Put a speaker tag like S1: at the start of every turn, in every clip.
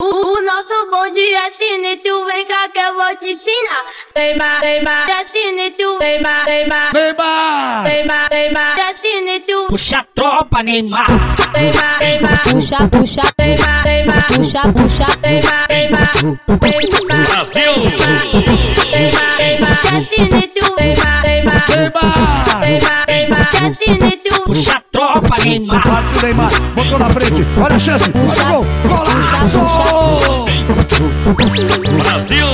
S1: O, o nosso bonde é sinistro, vem cá que eu vou te ensinar.
S2: Neymar, Neymar,
S1: É sinistro,
S2: Neymar, Neymar,
S3: Neymar!
S2: Neymar, Neymar,
S1: é sinistro.
S4: Puxa a tropa, Neymar!
S2: Neymar, Neymar,
S5: puxa, puxa,
S2: Neymar, Neymar,
S5: puxa, puxa,
S2: Neymar, Neymar, Neymar,
S3: Brasil!
S2: Neymar, Neymar,
S1: É sinistro,
S2: Neymar, Neymar,
S3: Neymar!
S2: Neymar, Neymar,
S1: é sinistro.
S4: Puxa a tropa, Neymar!
S6: Partiu Neymar, botou na frente, olha a chance, olha o gol, golaço!
S3: Brasil!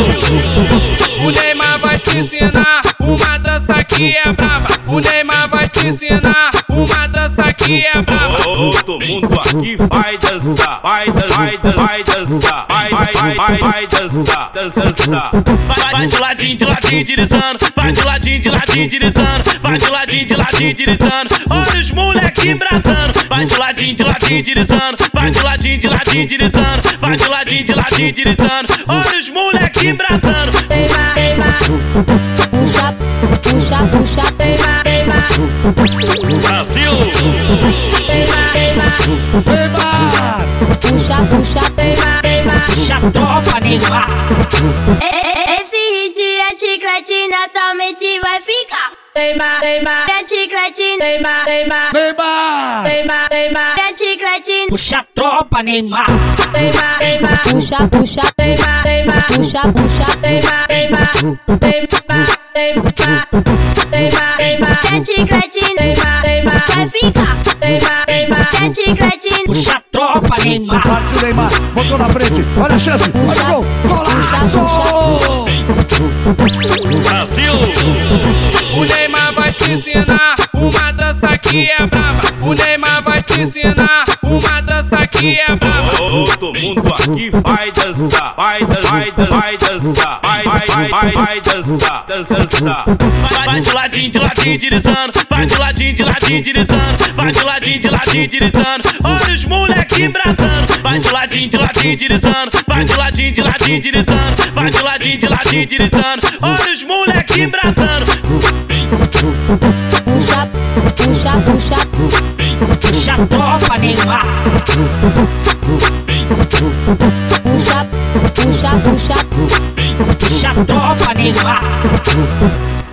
S7: O Neymar vai te ensinar uma dança que é brava. O Neymar vai te ensinar uma dança que é brava.
S8: Todo mundo aqui vai dançar, vai dançar, vai dançar, vai dançar, vai, vai, vai, vai, vai dançar, dança, dança.
S9: Vai, vai de ladinho, de ladinho, dirizando. Vai de ladinho, de ladinho, dirizando. Vai de ladinho, de ladinho, dirizando. Olha os moleque embrasando. Vai de ladinho, de ladinho, dirizando. Vai de ladinho, de ladinho, dirizando. Vai de ladinho, de ladinho, dirizando. Olha os moleque embrasando.
S2: Neymar, Neymar,
S5: puxa, puxa, puxa,
S2: Neymar, Neymar,
S3: Brasil!
S2: Neymar, Neymar,
S7: é
S3: Neymar!
S5: puxa, puxa,
S2: Neymar, Neymar,
S4: Puxa a tropa, Neymar!
S1: É- é- Esse hit é chiclete, naturalmente vai ficar.
S2: Neymar, Neymar,
S1: É chiclete,
S2: Neymar, Neymar,
S3: Neymar!
S2: Neymar, Neymar,
S1: é chiclete.
S4: Puxa a tropa, Neymar!
S2: Neymar, Neymar,
S5: puxa, puxa,
S2: Neymar, Neymar,
S5: puxa, puxa,
S2: Neymar, Neymar, Neymar, Neymar, Neymar, Neymar,
S1: É chiclete,
S2: Neymar, Neymar,
S1: vai ficar.
S2: Neymar, Neymar,
S1: É chiclete,
S4: Puxa a tropa, Neymar!
S6: Partiu Neymar, botou na frente, olha a chance, olha o gol, golaço!
S3: Brasil!
S7: O Neymar vai te ensinar uma dança que é brava. O Neymar vai te ensinar uma dança que é brava.
S8: Todo mundo aqui vai dançar, vai dançar, vai dançar, vai dançar, vai, vai, vai, vai, vai dançar, dança, dança.
S9: Vai, vai de ladinho, de ladinho, dirizando. Vai de ladinho, de ladinho, dirizando. Vai de ladinho, de ladinho, dirizando. Olha os moleque embrasando. Vai de ladinho, de ladinho, dirizando. Vai de ladinho, de ladinho, dirizando. Vai de ladinho, de ladinho, dirizando. Olha os moleque embrasando.
S5: puxa, puxa, puxa,
S4: Puxa a tropa, Neymar!
S5: puxa, puxa, puxa,
S4: Puxa a tropa, Neymar!